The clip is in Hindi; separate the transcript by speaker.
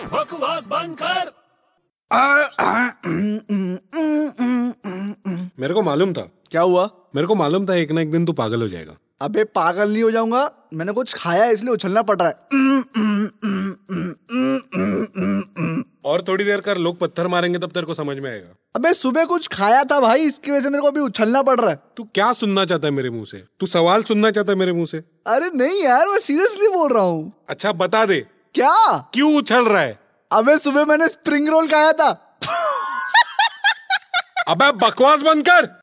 Speaker 1: आवाज बंद कर
Speaker 2: मेरे को मालूम था
Speaker 3: क्या हुआ
Speaker 2: मेरे को मालूम था एक ना एक दिन तू पागल हो जाएगा
Speaker 3: अबे पागल नहीं हो जाऊंगा मैंने कुछ खाया है इसलिए उछलना पड़ रहा है
Speaker 2: और थोड़ी देर कर लोग पत्थर मारेंगे तब तेरे को समझ में आएगा
Speaker 3: अबे सुबह कुछ खाया था भाई इसकी वजह से मेरे को अभी उछलना पड़ रहा है
Speaker 2: तू क्या सुनना चाहता है मेरे मुंह से तू सवाल सुनना चाहता है मेरे मुंह से
Speaker 3: अरे नहीं यार मैं सीरियसली बोल रहा हूँ
Speaker 2: अच्छा बता दे
Speaker 3: क्या
Speaker 2: क्यों उछल रहा है
Speaker 3: अबे सुबह मैंने स्प्रिंग रोल खाया था
Speaker 2: अबे बकवास बंद कर